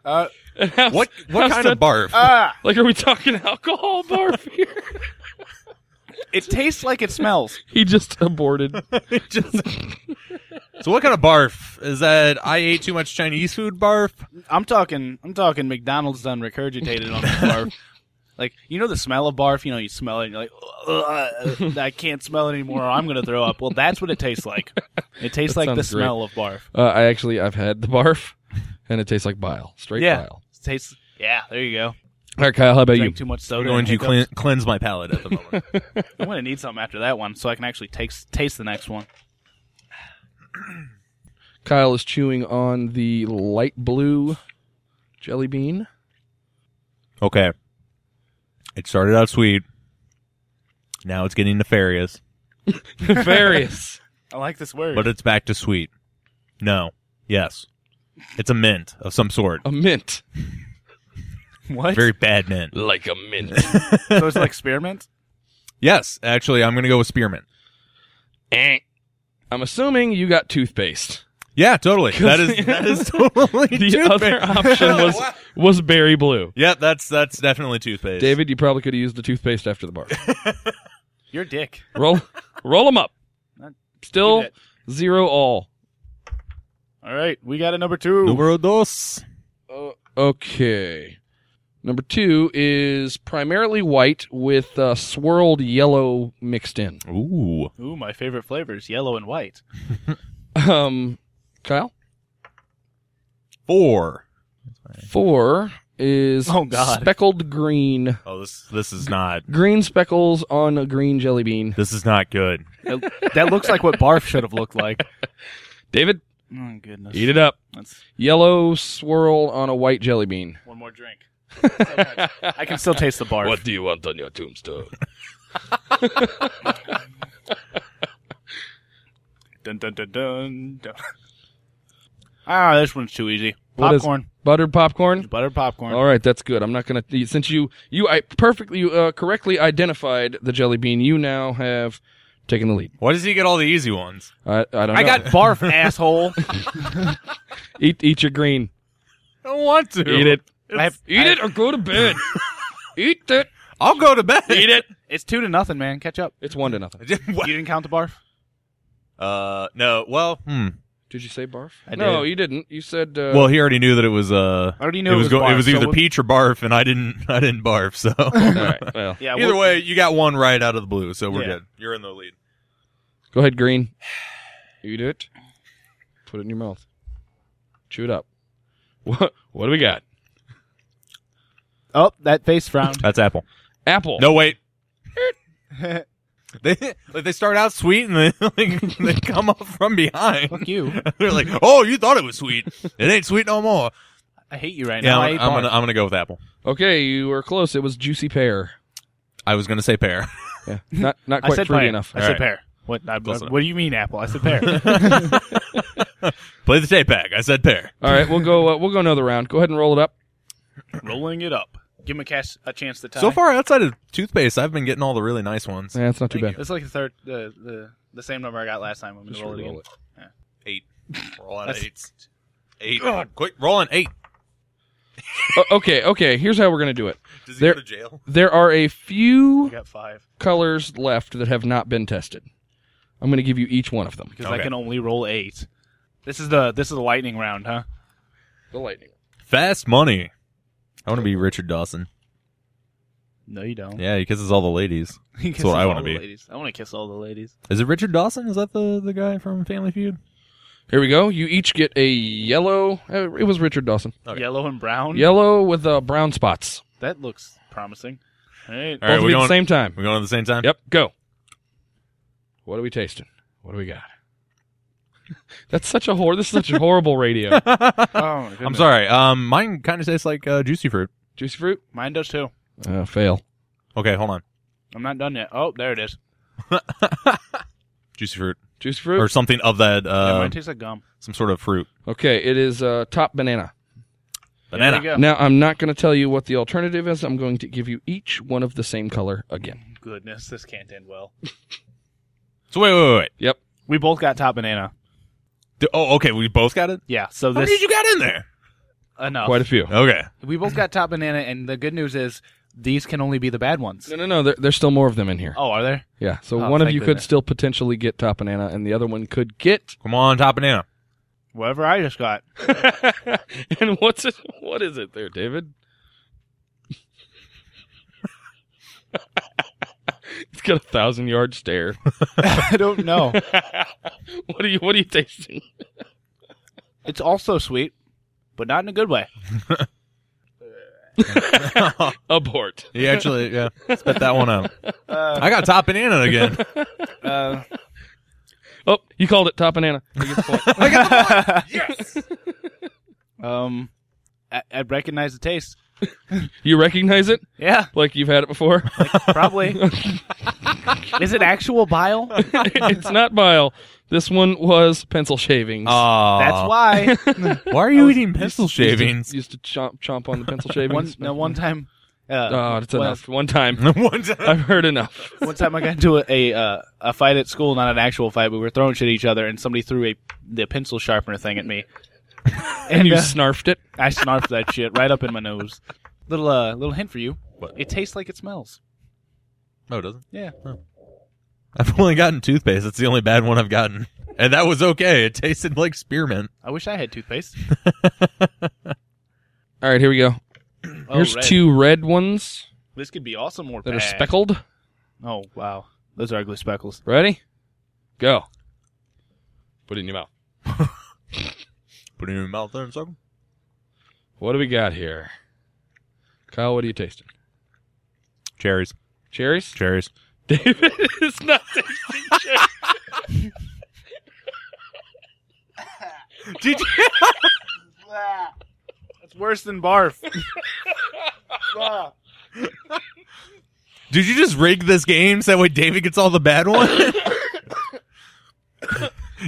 D: uh,
B: And how's-
C: What what
B: how's
C: kind
B: that-
C: of barf?
D: ah,
B: Like, are we talking alcohol barf here?
D: it tastes like it smells.
B: he just aborted.
C: so what kind of barf is that? I ate too much Chinese food barf.
D: I'm talking. I'm talking. McDonald's done regurgitated on the barf. Like you know the smell of barf. You know you smell it. and You're like, "Ugh, I can't smell it anymore. Or I'm gonna throw up. Well, that's what it tastes like. It tastes
B: That
D: like the
B: sounds great.
D: smell of barf.
B: Uh, I actually, I've had the barf, and it tastes like bile. Straight
D: Yeah.
B: bile.
D: It tastes. Yeah, there you go.
B: All right, Kyle, how about
D: Drink
B: you?
D: too much soda.
C: I'm going
D: and
C: to
D: hiccups.
C: clean, cleanse my palate at the moment.
D: I'm gonna need something after that one, so I can actually taste taste the next one.
B: Kyle is chewing on the light blue jelly bean.
C: okay. It started out sweet. Now it's getting nefarious,
B: Nefarious.
D: I like this word.
C: but it's back to sweet. No. Yes. It's a mint of some sort.
B: a mint.
D: what?
C: Very bad mint.
B: Like a mint.
D: so it's like spearmint.
C: Yes, actually, I'm going to go with spearmint.
B: Eh. I'm assuming you got toothpaste.
C: Yeah, totally. That is that is totally
B: The
C: toothpaste.
B: other option was
C: Wow.
B: was berry blue.
C: Yep, that's that's definitely toothpaste.
B: David, you probably could have used the toothpaste after the bar.
D: Your dick.
B: roll, roll them up. Still
D: Keep
B: zero all.
D: All right, we got a number two.
C: numero dos.
B: Okay. Number two is primarily white with uh, swirled yellow mixed in.
C: Ooh,
D: Ooh, my favorite flavors: yellow and white.
B: Um, Kyle,
C: four.
B: four is
D: Oh, God.
B: speckled green.
C: Oh, this this is not
B: Green speckles on a green jelly bean.
C: this is not good.
D: That- that looks like what barf should have looked like.
B: David,
D: Oh goodness!
B: eat it up.
D: That's
B: Yellow swirl on a white jelly bean.
D: one more drink. I can still taste the barf.
B: do you want on your tombstone?
D: Dun, dun, dun, dun, dun. Ah, this one's too easy.
B: What is-
D: Popcorn,
B: Buttered popcorn.
D: buttered popcorn.
B: All right, that's good. I'm not gonna since you you I perfectly you uh, correctly identified the jelly bean. You now have taken the lead.
C: Why does he get all the easy ones?
B: I, I don't. know.
D: I got barf, asshole.
B: eat eat your green.
C: I don't want to
B: Eat it.
D: I have,
B: Eat it or go to bed. eat it.
C: I'll go to bed.
B: Eat it.
D: It's two to nothing, man. Catch up.
B: It's one to nothing.
C: What?
D: You didn't count the barf.
C: uh, no. Well, hmm.
B: Did you say barf?
D: I
B: no,
D: did.
B: you didn't. You said uh,
C: Well, he already knew that it was. Uh,
D: I already knew
C: it was.
D: barf,
C: it was
D: so
C: either
D: we'll-
C: peach or barf, and I didn't. I didn't barf. So
B: all right, well,
D: Yeah.
C: either
D: we'll-
C: way, you got one right out of the blue. So we're
D: Yeah.
C: good. You're in the lead.
B: go ahead, Green. You do it. Put it in your mouth. Chew it up. What? What do we got?
D: Oh, that face frowned.
C: That's apple.
B: Apple.
C: No wait. They like, they start out sweet and they like, they come up from behind.
D: Fuck you.
C: They're like, oh, you thought it was sweet. It ain't sweet no more.
D: I hate you right
C: Yeah,
D: now. I
C: I'm,
D: hate
C: I'm
D: barf.
C: gonna I'm gonna go with apple.
B: Okay, you were close. It was juicy pear.
C: I was gonna say pear.
B: Yeah, not not
D: I
B: quite
D: said
B: fruity
D: pear.
B: enough.
D: I said
C: Alright.
D: pear. What? I,
C: Close
D: what
C: enough.
D: what do you mean apple? I said pear.
C: Play the tape back. I said pear.
B: All right, we'll go. Uh, we'll go another round. Go ahead and roll it up.
D: Rolling it up. Give him a, cash, a chance to tie.
C: So far, outside of toothpaste, I've been getting all the really nice ones.
B: Yeah, it's not too
D: Thank
B: bad.
D: you. It's like the third, the, the the same number I got last time. I'm gonna
B: Just
D: roll it
B: re-roll
D: again.
B: it.
C: Eight. Roll out
D: That's-
C: eights. Eight. Quick, roll an eight.
B: O- okay, okay. Here's how we're gonna do it.
C: Does
B: he There- go to
C: jail?
B: There are a
D: I
B: few
D: got five
B: colors left that have not been tested. I'm gonna give you each one of them.
D: because I
C: Okay.
D: can only roll eight. This is the this is the lightning round, huh?
B: The lightning.
C: Fast money. I want to be Richard Dawson.
D: No, you don't.
C: Yeah, he kisses all the ladies.
D: You
C: That's
D: kiss
C: what I
D: all
C: wanna
D: the
C: be.
D: Ladies. I want to kiss all the ladies.
C: Is it Richard Dawson? Is that the, the guy from Family Feud?
B: Here we go. You each get a yellow. Uh, it was Richard Dawson.
C: Okay.
D: Yellow and brown.
B: Yellow with uh, brown spots.
D: That looks promising. All right.
C: All right,
B: Both
C: we're
B: be at the
C: going-
B: same time.
C: We going at the same time?
B: Yep. Go. What are we tasting? What do we got? That's such a hor. This is such a horrible radio.
D: Oh, my goodness.
C: I'm sorry. Um, mine kind of tastes like uh, juicy fruit.
B: Juicy fruit.
D: Mine does too.
B: Uh, fail.
C: Okay, hold on.
D: I'm not done yet. Oh, there it is.
C: Juicy fruit
B: Juicy
C: or
B: fruit.
C: something of that.
D: yeah,
C: Uh,
D: mine tastes like gum.
C: some sort of fruit.
B: Okay, it is uh, top banana.
D: Yeah,
C: Banana.
D: there you go.
B: Now I'm not going to tell you what the alternative is. I'm going to give you each one of the same color again.
D: Goodness, this can't end well.
C: So wait, wait, wait, wait.
B: Yep.
D: We both got top banana.
C: D- Oh, okay. We both got it.
D: Yeah. So
C: How
D: this
C: many did you got in there?
D: enough.
B: Quite a few.
C: Okay.
D: We both got top banana, and the good news is these can only be the bad ones.
B: No, no, no. There, there's still more of them in here.
D: Oh, are there?
B: Yeah. So
D: Oh,
B: one of
D: thank
B: you could
D: goodness.
B: still potentially get top banana, and the other one could get.
C: Come on, top banana.
D: Whatever I just got.
B: and what's it? What is it there, David? it's got a thousand yard stare.
D: I don't know.
B: what are you? What are you tasting?
D: it's also sweet, but not in a good way.
B: Abort.
C: He actually, yeah, spit that one out.
D: Uh,
C: I got top banana again.
D: uh,
B: Oh, you called it top banana. You get the point.
D: um, I, I recognize the taste.
B: you recognize it?
D: Yeah,
B: Like you've had it before?
D: probably. is it actual bile?
B: it's not bile. This one was pencil shavings.
C: Aw.
D: That's why.
C: Why are you eating pencil shavings?
B: Ah, Used to, used to chomp chomp on the pencil
D: one,
B: shavings.
D: no, one time. Uh,
B: Oh, that's
D: when I-
B: enough. One time.
C: One time.
B: I've heard enough.
D: One time I got into a a, uh, a fight at school, not an actual fight, but we were throwing shit at each other, and somebody threw a the pencil sharpener thing at me, and
B: You
D: uh,
B: snarfed it.
D: I snarfed that shit right up in my nose. Little uh, little hint for you. It tastes like it smells.
C: No, it doesn't.
D: Yeah.
C: I've only gotten toothpaste. That's the only bad one I've gotten, and that was okay. It tasted like spearmint.
D: I wish I had toothpaste.
B: All right, here we go.
D: Oh,
B: Here's
D: red.
B: two red ones
D: This could be awesome or
B: that
D: bad.
B: are speckled.
D: Oh wow, those are ugly speckles.
B: Ready? Go. Put it in your mouth.
C: Put it in your mouth there and suck. it.
B: What do we got here? Kyle, what are you tasting?
C: Cherries,
B: Cherries?
C: cherries.
B: David is not tasting cherries.
C: Did you?
D: That's worse than barf.
C: Did you just rig this game so that way David gets all the bad ones?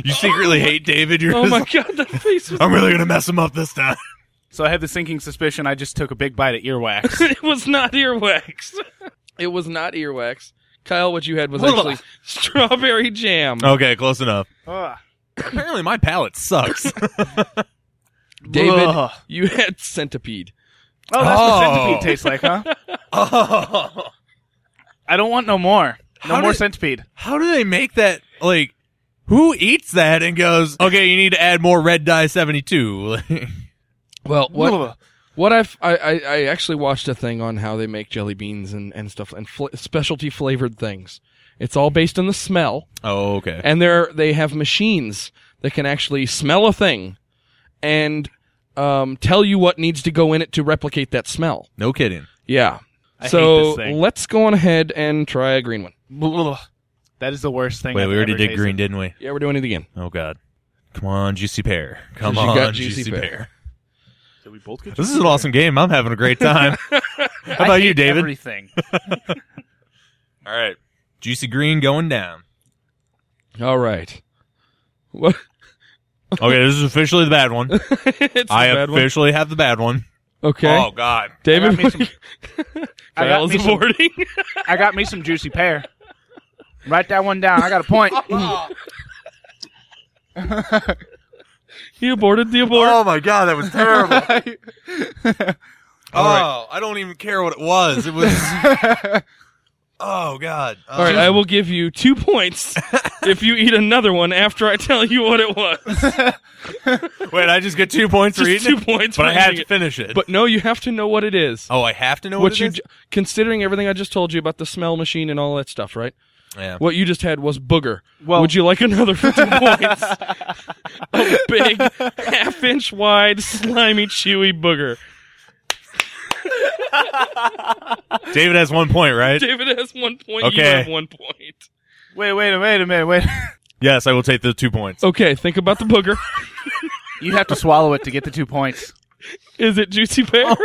C: you secretly hate David. You're
B: Oh
C: just
B: my
C: like,
B: god, that face was
C: I'm really gonna mess him up this time.
D: so I have the sinking suspicion. I just took a big bite of earwax.
B: it was not earwax. It was not earwax. Kyle, what you had was actually strawberry jam.
D: Uh,
C: Okay, close enough.
D: Ugh.
C: Apparently, my palate sucks.
B: David,
D: Ugh.
B: you had centipede.
D: Oh, that's what
C: Oh.
D: centipede tastes like, huh?
C: Oh.
D: I don't want no more. No
C: How
D: more
C: did-
D: centipede.
C: How do they make that like? Who eats that and goes, okay, you need to add more red dye 72?
B: Well, what
D: Ugh.
B: what I've, I I I actually watched a thing on how they make jelly beans and and stuff and fl- specialty flavored things. It's all based on the smell,
C: oh, okay.
B: and they're they have machines that can actually smell a thing, and um, tell you what needs to go in it to replicate that smell.
C: No kidding.
B: Yeah.
D: I hate
B: so
D: this thing.
B: let's go on ahead and try a green one.
D: Ugh. That is the worst thing.
C: Wait,
D: I've
C: we already
D: ever
C: did
D: tasted.
C: green, didn't we?
B: Yeah, we're doing it again.
C: Oh, God. Come on, Juicy Pear. Come
B: 'Cause you
C: on,
B: got Juicy Pear.
D: Did we both get
C: This is an awesome game. I'm having a great time.
D: How
C: about you, David?
D: Everything.
C: All right. Juicy Green going down.
B: All right. What?
C: Okay, this is officially the bad one.
B: it's
C: I
B: a bad one.
C: officially have the bad one.
B: Okay.
C: Oh, God.
B: David,
D: I got me I got
B: Kyle's
D: me some-
B: aborting.
D: I got me some juicy pear. Write that one down. I got a point.
B: he aborted the abort.
C: Oh, my God. That was terrible. Oh, I don't even care what it was. It was. oh God!
B: All right, I will give you two points if you eat another one after I tell you what it was.
C: Wait, I just get two points for
B: Just
C: eating
B: two
C: it,
B: points.
C: but I
B: for
C: had
B: eating
C: to
B: it.
C: finish it.
B: But no, you have to know what it is.
C: oh, I have to know what,
B: what
C: it
B: you
C: is?
B: ju- considering everything I just told you about the smell machine and all that stuff, right?
C: yeah.
B: What you just had was booger.
D: Well-
B: Would you like another 50 points? A big, half inch wide, slimy, chewy booger.
C: David has one point, right?
B: David has one point. You
C: Okay.
B: have one point.
D: wait, wait, a- wait a minute. Wait.
C: Yes, I will take the two points.
B: Okay, think about the booger.
D: You have to swallow it to get the two points.
B: Is it juicy pear?
C: Oh,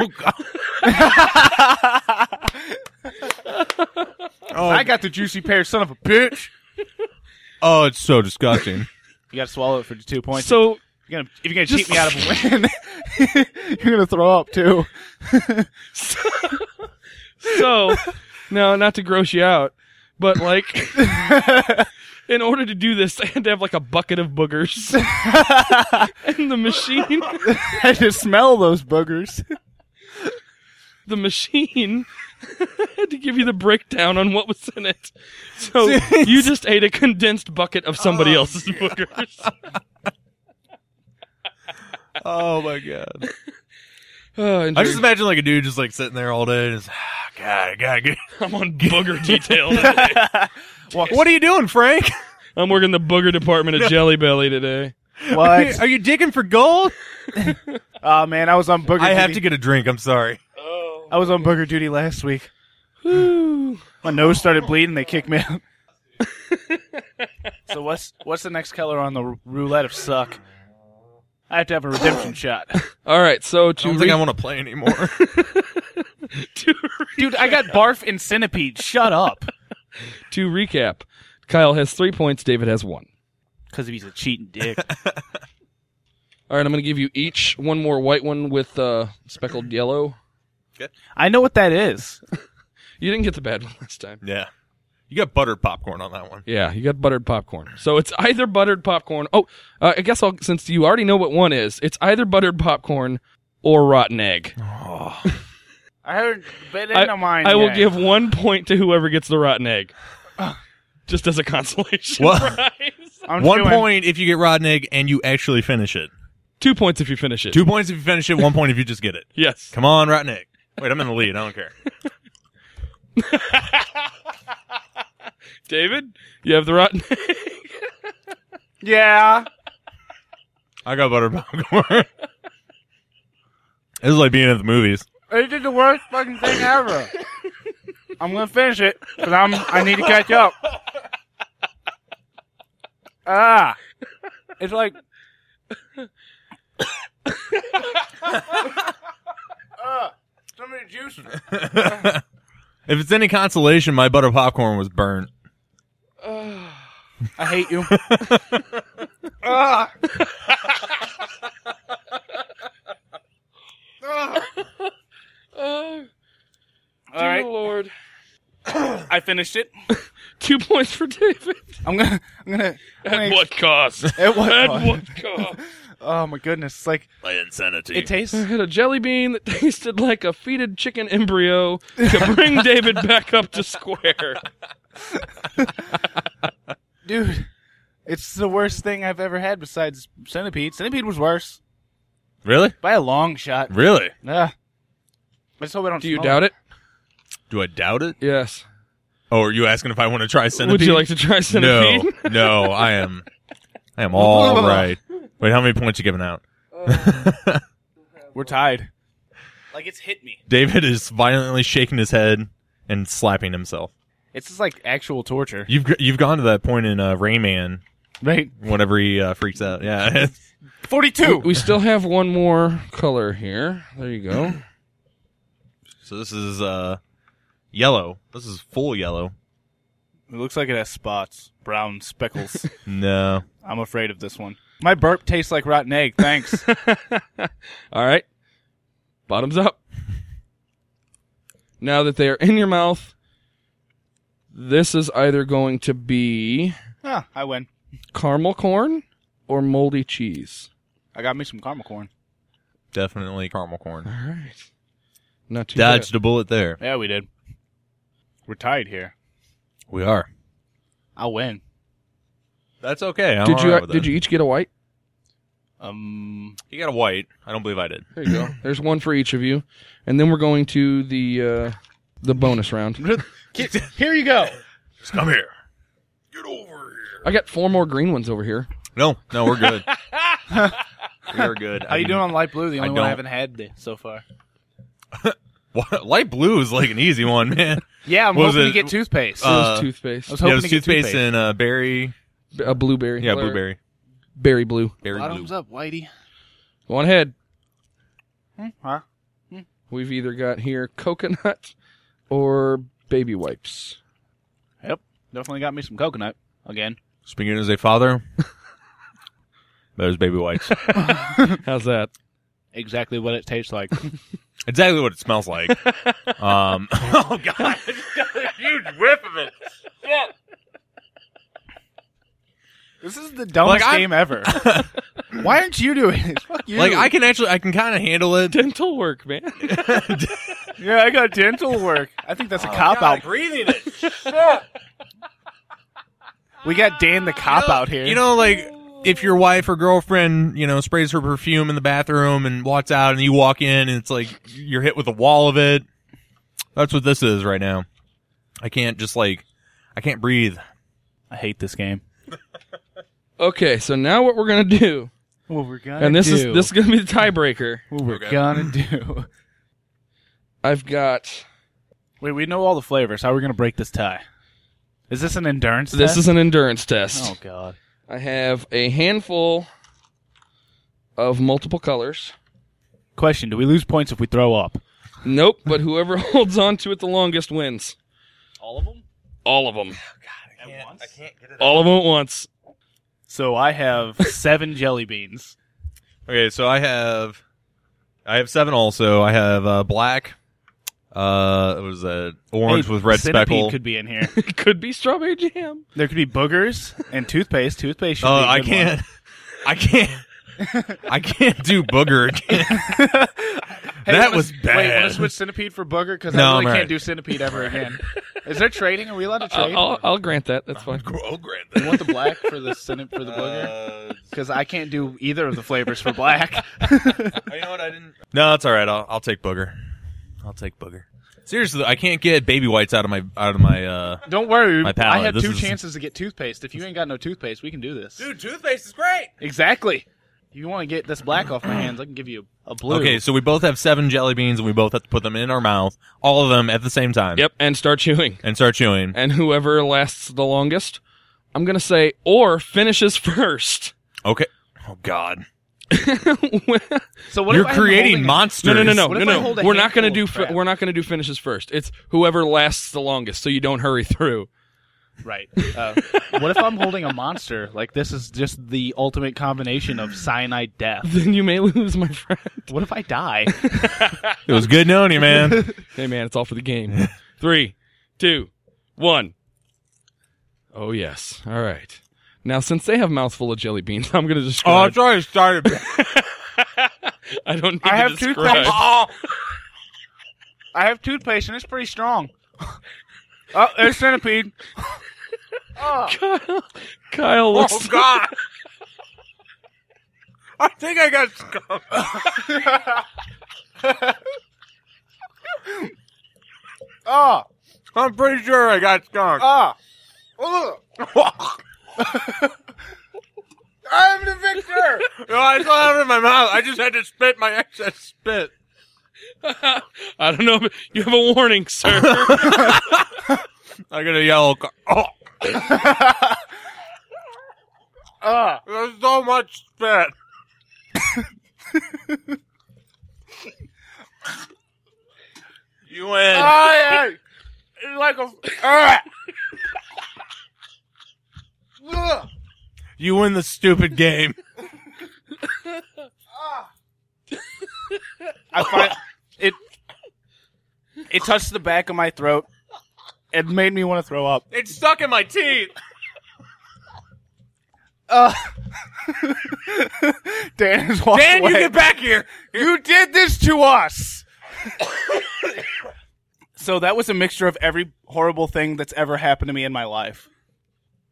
D: Oh, I got the juicy pear, son of a bitch.
C: Oh, it's so disgusting.
D: You got to swallow it for the two points.
B: so
D: If you're gonna, if you're gonna
B: Just-
D: cheat me out of a win, you're gonna throw up too.
B: so no, not to gross you out, but like in order to do this, I had to have like a bucket of boogers and the machine.
D: I just smell those boogers.
B: The machine had to give you the breakdown on what was in it. So you just ate a condensed bucket of somebody else's boogers.
C: oh my God!
B: Oh,
C: I
B: enjoy-
C: just imagine like a dude just like sitting there all day, and just "Ah, God, I gotta get.
B: I'm on booger detail.
C: What are you doing, Frank?
B: I'm working the booger department at Jelly Belly today.
D: What?
C: Are you digging for gold?
D: oh man, I was on booger.
C: I have to
D: duty.
C: get a drink. I'm sorry.
D: I was on booger duty last week.
B: Whew.
D: My nose started bleeding. They kicked me out. so what's what's the next color on the r- roulette of suck? I have to have a redemption shot,
B: All right, so
C: I
B: to
C: don't think
B: re-
C: I want to play anymore.
B: to,
D: dude. I got barf and centipede. Shut up,
B: to recap, Kyle has three points. David has one.
D: because he's a cheating dick.
B: All right, I'm going to give you each one more white one with uh, speckled yellow.
D: I know what that is.
B: You didn't get the bad one last time.
C: yeah, you got buttered popcorn on that one.
B: Yeah, you got buttered popcorn. So it's either buttered popcorn. Oh, uh, I guess I'll, since you already know what one is, it's either buttered popcorn or rotten egg.
D: I heard. But
B: I,
D: I, mind
B: I will
D: yet.
B: give one point to whoever gets the rotten egg, just as a consolation
C: What?
B: prize.
D: I'm
C: One
D: doing-
C: point if you get Rod Rodnig and you actually finish it.
B: Two points if you finish it.
C: Two points if you finish it. One point if you just get it.
B: Yes.
C: Come on, Rotten Egg. Wait, I'm in the lead. I don't care.
B: David, you have the rotten egg.
D: Yeah.
C: I got butter popcorn. this is like being at the movies.
D: It did the worst fucking thing ever. I'm gonna finish it because I'm I need to catch up. Ah, it's like. Ah, so many juices.
C: if it's any consolation, my butter popcorn was burnt.
D: I hate you. Ah.
B: Oh,
D: All right,
B: Lord.
D: I finished it.
B: Two points for David.
D: I'm gonna I'm gonna. I'm gonna
B: At what cost?
D: At what
B: At
D: cost?
B: what cost?
D: Oh my goodness! It's like
C: by insanity.
D: it tastes.
B: I had a jelly bean that tasted like a fetid chicken embryo to bring David back up to square.
D: dude, it's the worst thing I've ever had besides centipede. Centipede was worse
C: really,
D: by a long shot.
C: really.
D: Ugh. I just hope I don't.
B: Do you
D: smell
B: doubt it?
C: Do I doubt it?
B: Yes.
C: Oh, are you asking if I want to try centipede?
B: Would you like to try centipede?
C: No, no. I am. I am all right. Wait, how many points you giving out?
D: We're tied. Like it's hit me.
C: David is violently shaking his head and slapping himself.
D: It's just like actual torture,
C: You've g- you've gone to that point in uh, Rayman
D: right?
C: whenever he uh, freaks out. Yeah,
D: Forty-two.
B: We still have one more color here. There you go.
C: So this is uh yellow. This is full yellow.
D: It looks like it has spots, brown speckles.
C: No.
D: I'm afraid of this one. My burp tastes like rotten egg. Thanks.
B: All right. Bottoms up. Now that they are in your mouth, this is either going to be
D: ah, I win.
B: caramel corn or moldy cheese.
D: I got me some caramel corn.
C: Definitely caramel
B: All
C: corn.
B: right. Not too bad.
C: Dodged a bullet there.
D: Yeah, we did. We're tied here.
C: We are.
D: I'll win.
C: That's okay. I'm
B: Did you uh,
C: alright with
B: did
C: that.
B: you each get a white?
D: Um,
C: You got a white. I don't believe I did.
B: There you go. There's one for each of you, and then we're going to the uh, the bonus round.
D: here you go.
C: Just come here. Get over here.
B: I got four more green ones over here.
C: No, no, we're good. we are good.
D: How you doing on light blue? The
C: I
D: only one I
C: don't-
D: haven't had th- so far.
C: What? Light blue is like an easy one, man.
D: Yeah, I'm
C: What was
D: hoping to
C: it?
D: get toothpaste.
B: So
C: Uh,
B: is toothpaste,
D: I was
C: Yeah, it
D: hoping
C: was
D: to get
C: toothpaste
D: toothpaste.
C: and uh, berry.
B: B- a blueberry.
C: Yeah,
B: Or
C: blueberry.
B: Berry blue.
C: Berry blue.
D: Bottoms up, Whitey.
B: Go on ahead.
D: Hmm? Huh?
B: We've either got here coconut or baby wipes.
D: Yep. Definitely got me some coconut again.
C: Speaking as a father, those baby whites.
B: How's that?
D: Exactly what it tastes like.
C: exactly what it smells like. um, oh god, I just got a huge whiff of it.
D: this is the dumbest
C: Like, I'm-
D: game ever. Why aren't you doing it? Fuck you.
C: Like I can actually, I can kind of handle it.
B: Dental work, man.
D: yeah, I got dental work. I think
C: Oh,
D: that's a cop out.
C: breathing it.
D: We got Dan the cop out here.
C: You know, like if your wife or girlfriend, you know, sprays her perfume in the bathroom and walks out, and you walk in, and it's like you're hit with a wall of it. That's what this is right now. I can't just like, I can't breathe.
D: I hate this game.
B: okay, so now what we're gonna do,
D: What we're gonna
B: and this is
D: do-
B: this is gonna be the tiebreaker.
D: What we're
C: Okay.
D: gonna do?
B: I've got
D: Wait, we know all the flavors. How are we gonna break this tie? Is this an endurance?
B: this
D: test?
B: is an endurance test.
D: Oh God.
B: I have a handful of multiple colors.
D: Question: Do we lose points if we throw up?
B: Nope, but whoever holds on to it the longest wins.
D: All of them.
B: All of them. All of them at once.
D: So I have seven jelly beans.
C: Okay, so I have, I have seven. Also, I have uh, black. Uh, it was uh, orange
D: Hey,
C: with red
D: centipede
C: speckle.
D: could be in here.
B: It could be strawberry jam.
D: there could be boogers and toothpaste. Toothpaste. Should
C: Oh,
D: be a
C: I
D: good
C: can't, I can't, I can't do booger. again.
D: one.
C: That
D: wanna-
C: was
D: Wait,
C: bad.
D: want to switch centipede for booger? Because
C: No,
D: I
C: I'm
D: really
C: alright. Uh,
D: can't do centipede ever again. Is there trading? Are we allowed to trade?
C: oh.
B: I'll, I'll grant that. That's fine.
C: I'll grant
D: You want the black for the centipede for the booger?
C: Uh,
D: because I can't do either of the flavors for black.
C: Oh, you know what? I didn't. No, it's all right. I'll, I'll take booger. I'll take booger. Seriously, I can't get baby whites out of my out of my. uh
D: Don't worry,
C: My palate,
D: I have
C: this
D: two
C: is-
D: chances to get toothpaste. If you ain't got no toothpaste, we can do this.
C: toothpaste is great.
D: Exactly. If you want to get this black off my hands, I can give you a blue.
C: Okay, so we both have seven jelly beans, and we both have to put them in our mouth, all of them at the same time.
B: Yep, and start chewing.
C: And start chewing.
B: And whoever lasts the longest, I'm gonna say, or finishes first.
C: Okay. Oh God.
D: So what
C: You're
D: if I'm
C: creating
D: holding-
B: No,
C: monsters.
B: no, no, no,
D: What
B: no,
D: if I
B: no.
D: hold a
B: We're not
D: handful
B: gonna
D: of
B: do. Fi-
D: crap?
B: we're not gonna do finishes first. It's whoever lasts the longest, so you don't hurry through.
D: Right. Uh, what if I'm holding a monster? Like this is just the ultimate combination of cyanide death.
B: Then you may lose, my friend.
D: What if I die?
C: It was good knowing you, man.
B: Hey man, it's all for the game. Three, two, one. Oh yes. All right. Now, since they have mouthful of jelly beans, I'm going to
C: Oh,
B: describe.
C: that's right. it Started.
B: Oh, I don't need
D: I
B: to
D: have
B: describe.
D: toothpaste. Oh. I have toothpaste, and it's pretty strong. oh, there's centipede.
B: Kyle looks.
C: Oh, God. I think I got scum.
D: Oh,
C: I'm pretty sure I got skunk.
D: oh. I'm the victor.
C: No, I still have it in my mouth. I just had to spit my excess spit.
B: I don't know. But you have a warning, sir.
C: I got a yellow. Co- oh,
D: Ah,
C: there's so much spit. you win.
D: oh yeah. It's like a. Ah. Ugh.
C: You win the stupid game.
D: I find it. It touched the back of my throat. It made me want to throw up.
C: It's stuck in my teeth.
D: Uh, Dan has walked
C: Dan,
D: away.
C: you get back here.
D: You did this to us. so that was a mixture of every horrible thing that's ever happened to me in my life.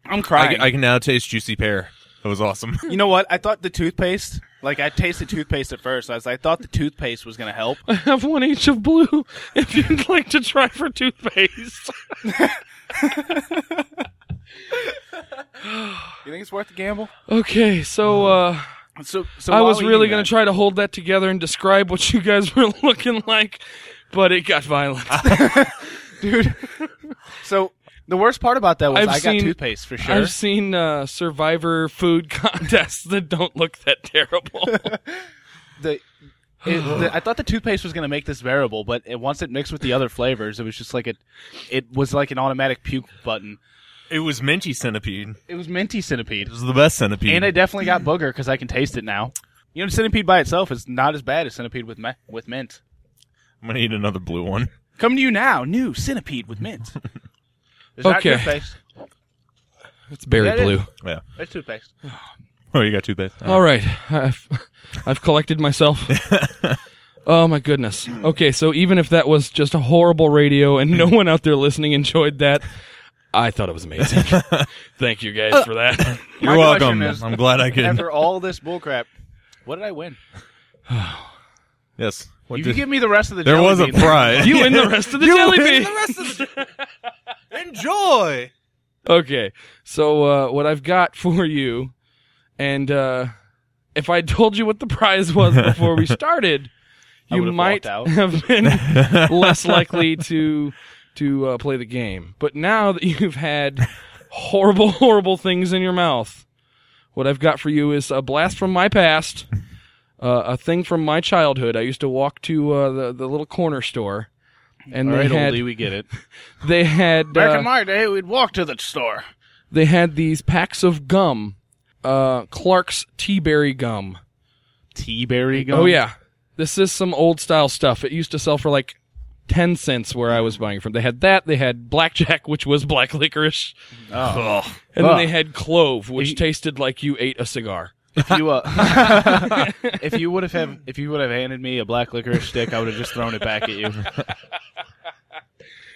D: I'm crying.
C: can now taste juicy pear. That was awesome.
D: you know what? I thought the toothpaste. Like I tasted toothpaste at first. I was. I thought the toothpaste was gonna help.
B: I have one each of blue. If you'd like to try for toothpaste,
D: You think it's worth the gamble?
B: okay. So uh,
D: So, so
B: I
D: while
B: was
D: we
B: really
D: eat
B: going
D: that-
B: to try to hold that together and describe what you guys were looking like, but it got violent.
D: dude. So the worst part about that was
B: I've
D: i got
B: seen-
D: toothpaste for sure.
B: I've seen uh, Survivor food contests that don't look that terrible.
D: the, it, the I thought the toothpaste was going to make this bearable, but it, once it mixed with the other flavors, it was just like it. It was like an automatic puke button.
C: It was minty centipede.
D: It was minty centipede,
C: It was the best centipede.
D: and I definitely got booger because I can taste it now. You know, centipede by itself is not as bad as centipede with me- with mint.
C: I'm gonna eat another blue one.
D: Come to you now, new centipede with mint. It's not
B: Okay.
D: toothpaste.
B: it's berry
D: That is-
B: blue.
C: Yeah.
D: It's toothpaste.
C: Oh, you got toothpaste.
B: All right, I've, I've collected myself. oh my goodness. Okay, so even if that was just a horrible radio and no one out there listening enjoyed that, I thought it was amazing. Thank you guys for that.
C: You're
D: My
C: welcome.
D: question is-
C: I'm glad I could.
D: After all this bullcrap, what did I win?
C: Yes. What
D: If you
C: did-
D: give me the rest of the
C: there
D: jelly
C: was a
D: bean-
C: prize.
B: You win the rest of the jelly bean.
C: Enjoy.
B: Okay, so uh, what I've got for you, and uh, if I told you what the prize was before we started,
D: I
B: you
D: would've
B: might
D: walked out.
B: have been less likely to to uh, play the game. But now that you've had horrible, horrible things in your mouth, what I've got for you is a blast from my past, uh, a thing from my childhood. I used to walk to uh, the the little corner store, and
D: All
B: they
D: right,
B: had
D: oldie, we get it.
B: they had
D: Back
B: uh,
D: in my day, we'd walk to the store.
B: they had these packs of gum, uh, Clark's tea berry gum.
D: Tea berry gum.
B: Oh yeah, this is some old style stuff. It used to sell for like ten cents where I was buying from. They had that. They had blackjack, which was black licorice,
D: Oh.
B: and then
D: Ugh.
B: they had clove, which
D: You-
B: tasted like you ate a cigar.
D: If you uh, if you would have have if you would have handed me a black licorice stick, I would have just thrown it back at you.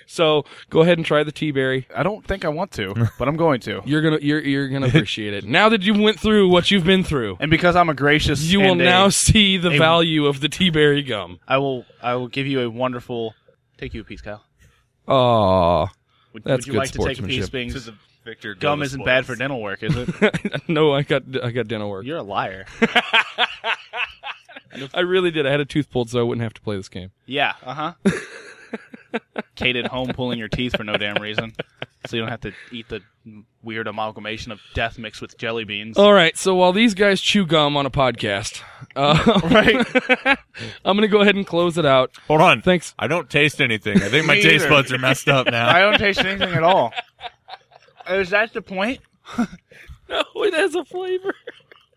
B: So go ahead and try the tea berry.
D: I don't think I want to, but I'm going to.
B: You're gonna you're you're gonna appreciate it. Now that you went through what you've been through,
D: And because I'm a gracious,
B: you will
D: and a-
B: now see the
D: a-
B: value of the tea berry gum.
D: I will I will give you a wonderful. Take you a piece, Kyle.
B: Aw,
D: Would,
B: That's
D: would you
B: good
D: like to take a piece?
B: sportsmanship.
D: Being
C: Victor
D: gum isn't bad for dental work, is it?
B: no, I got I got dental work.
D: You're a liar.
B: I really did. I had a tooth pulled, so I wouldn't have to play this game.
D: Yeah. Uh huh. Kate at home pulling your teeth for no damn reason, so you don't have to eat the weird amalgamation of death mixed with jelly beans.
B: All right. So while these guys chew gum on a podcast, uh,
D: Right.
B: I'm going to go ahead and close it out.
C: Hold on.
B: Thanks.
C: I don't taste anything. I think my
D: Me
C: taste
D: either.
C: buds are messed up
D: I
C: now.
D: don't taste anything at all. Is that the point?
B: No, it has a flavor.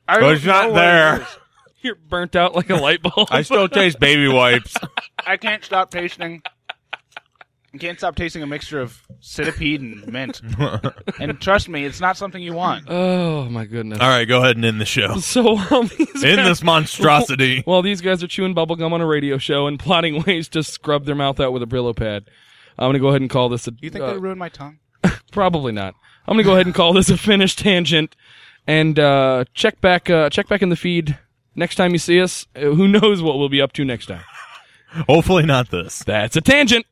D: I
C: But it's
D: don't
C: not
D: know what it
C: there.
D: is.
B: You're burnt out like a light bulb.
C: I still taste baby wipes.
D: I can't stop tasting I can't stop tasting a mixture of centipede and mint. and trust me, it's not something you want.
B: Oh my goodness!
C: All right, go ahead and end the show.
B: So while these
C: End
B: guys-
C: this monstrosity.
B: While these guys are chewing bubblegum on a radio show and plotting ways to scrub their mouth out with a Brillo pad, I'm gonna go ahead and call this a.
D: You think
B: uh,
D: they ruined my tongue?
B: Probably not. I'm gonna go ahead and call this a finished tangent, and uh, check back. Uh, check back in the feed next time you see us. Uh, Who knows what we'll be up to next time?
C: Hopefully not this.
B: That's a tangent.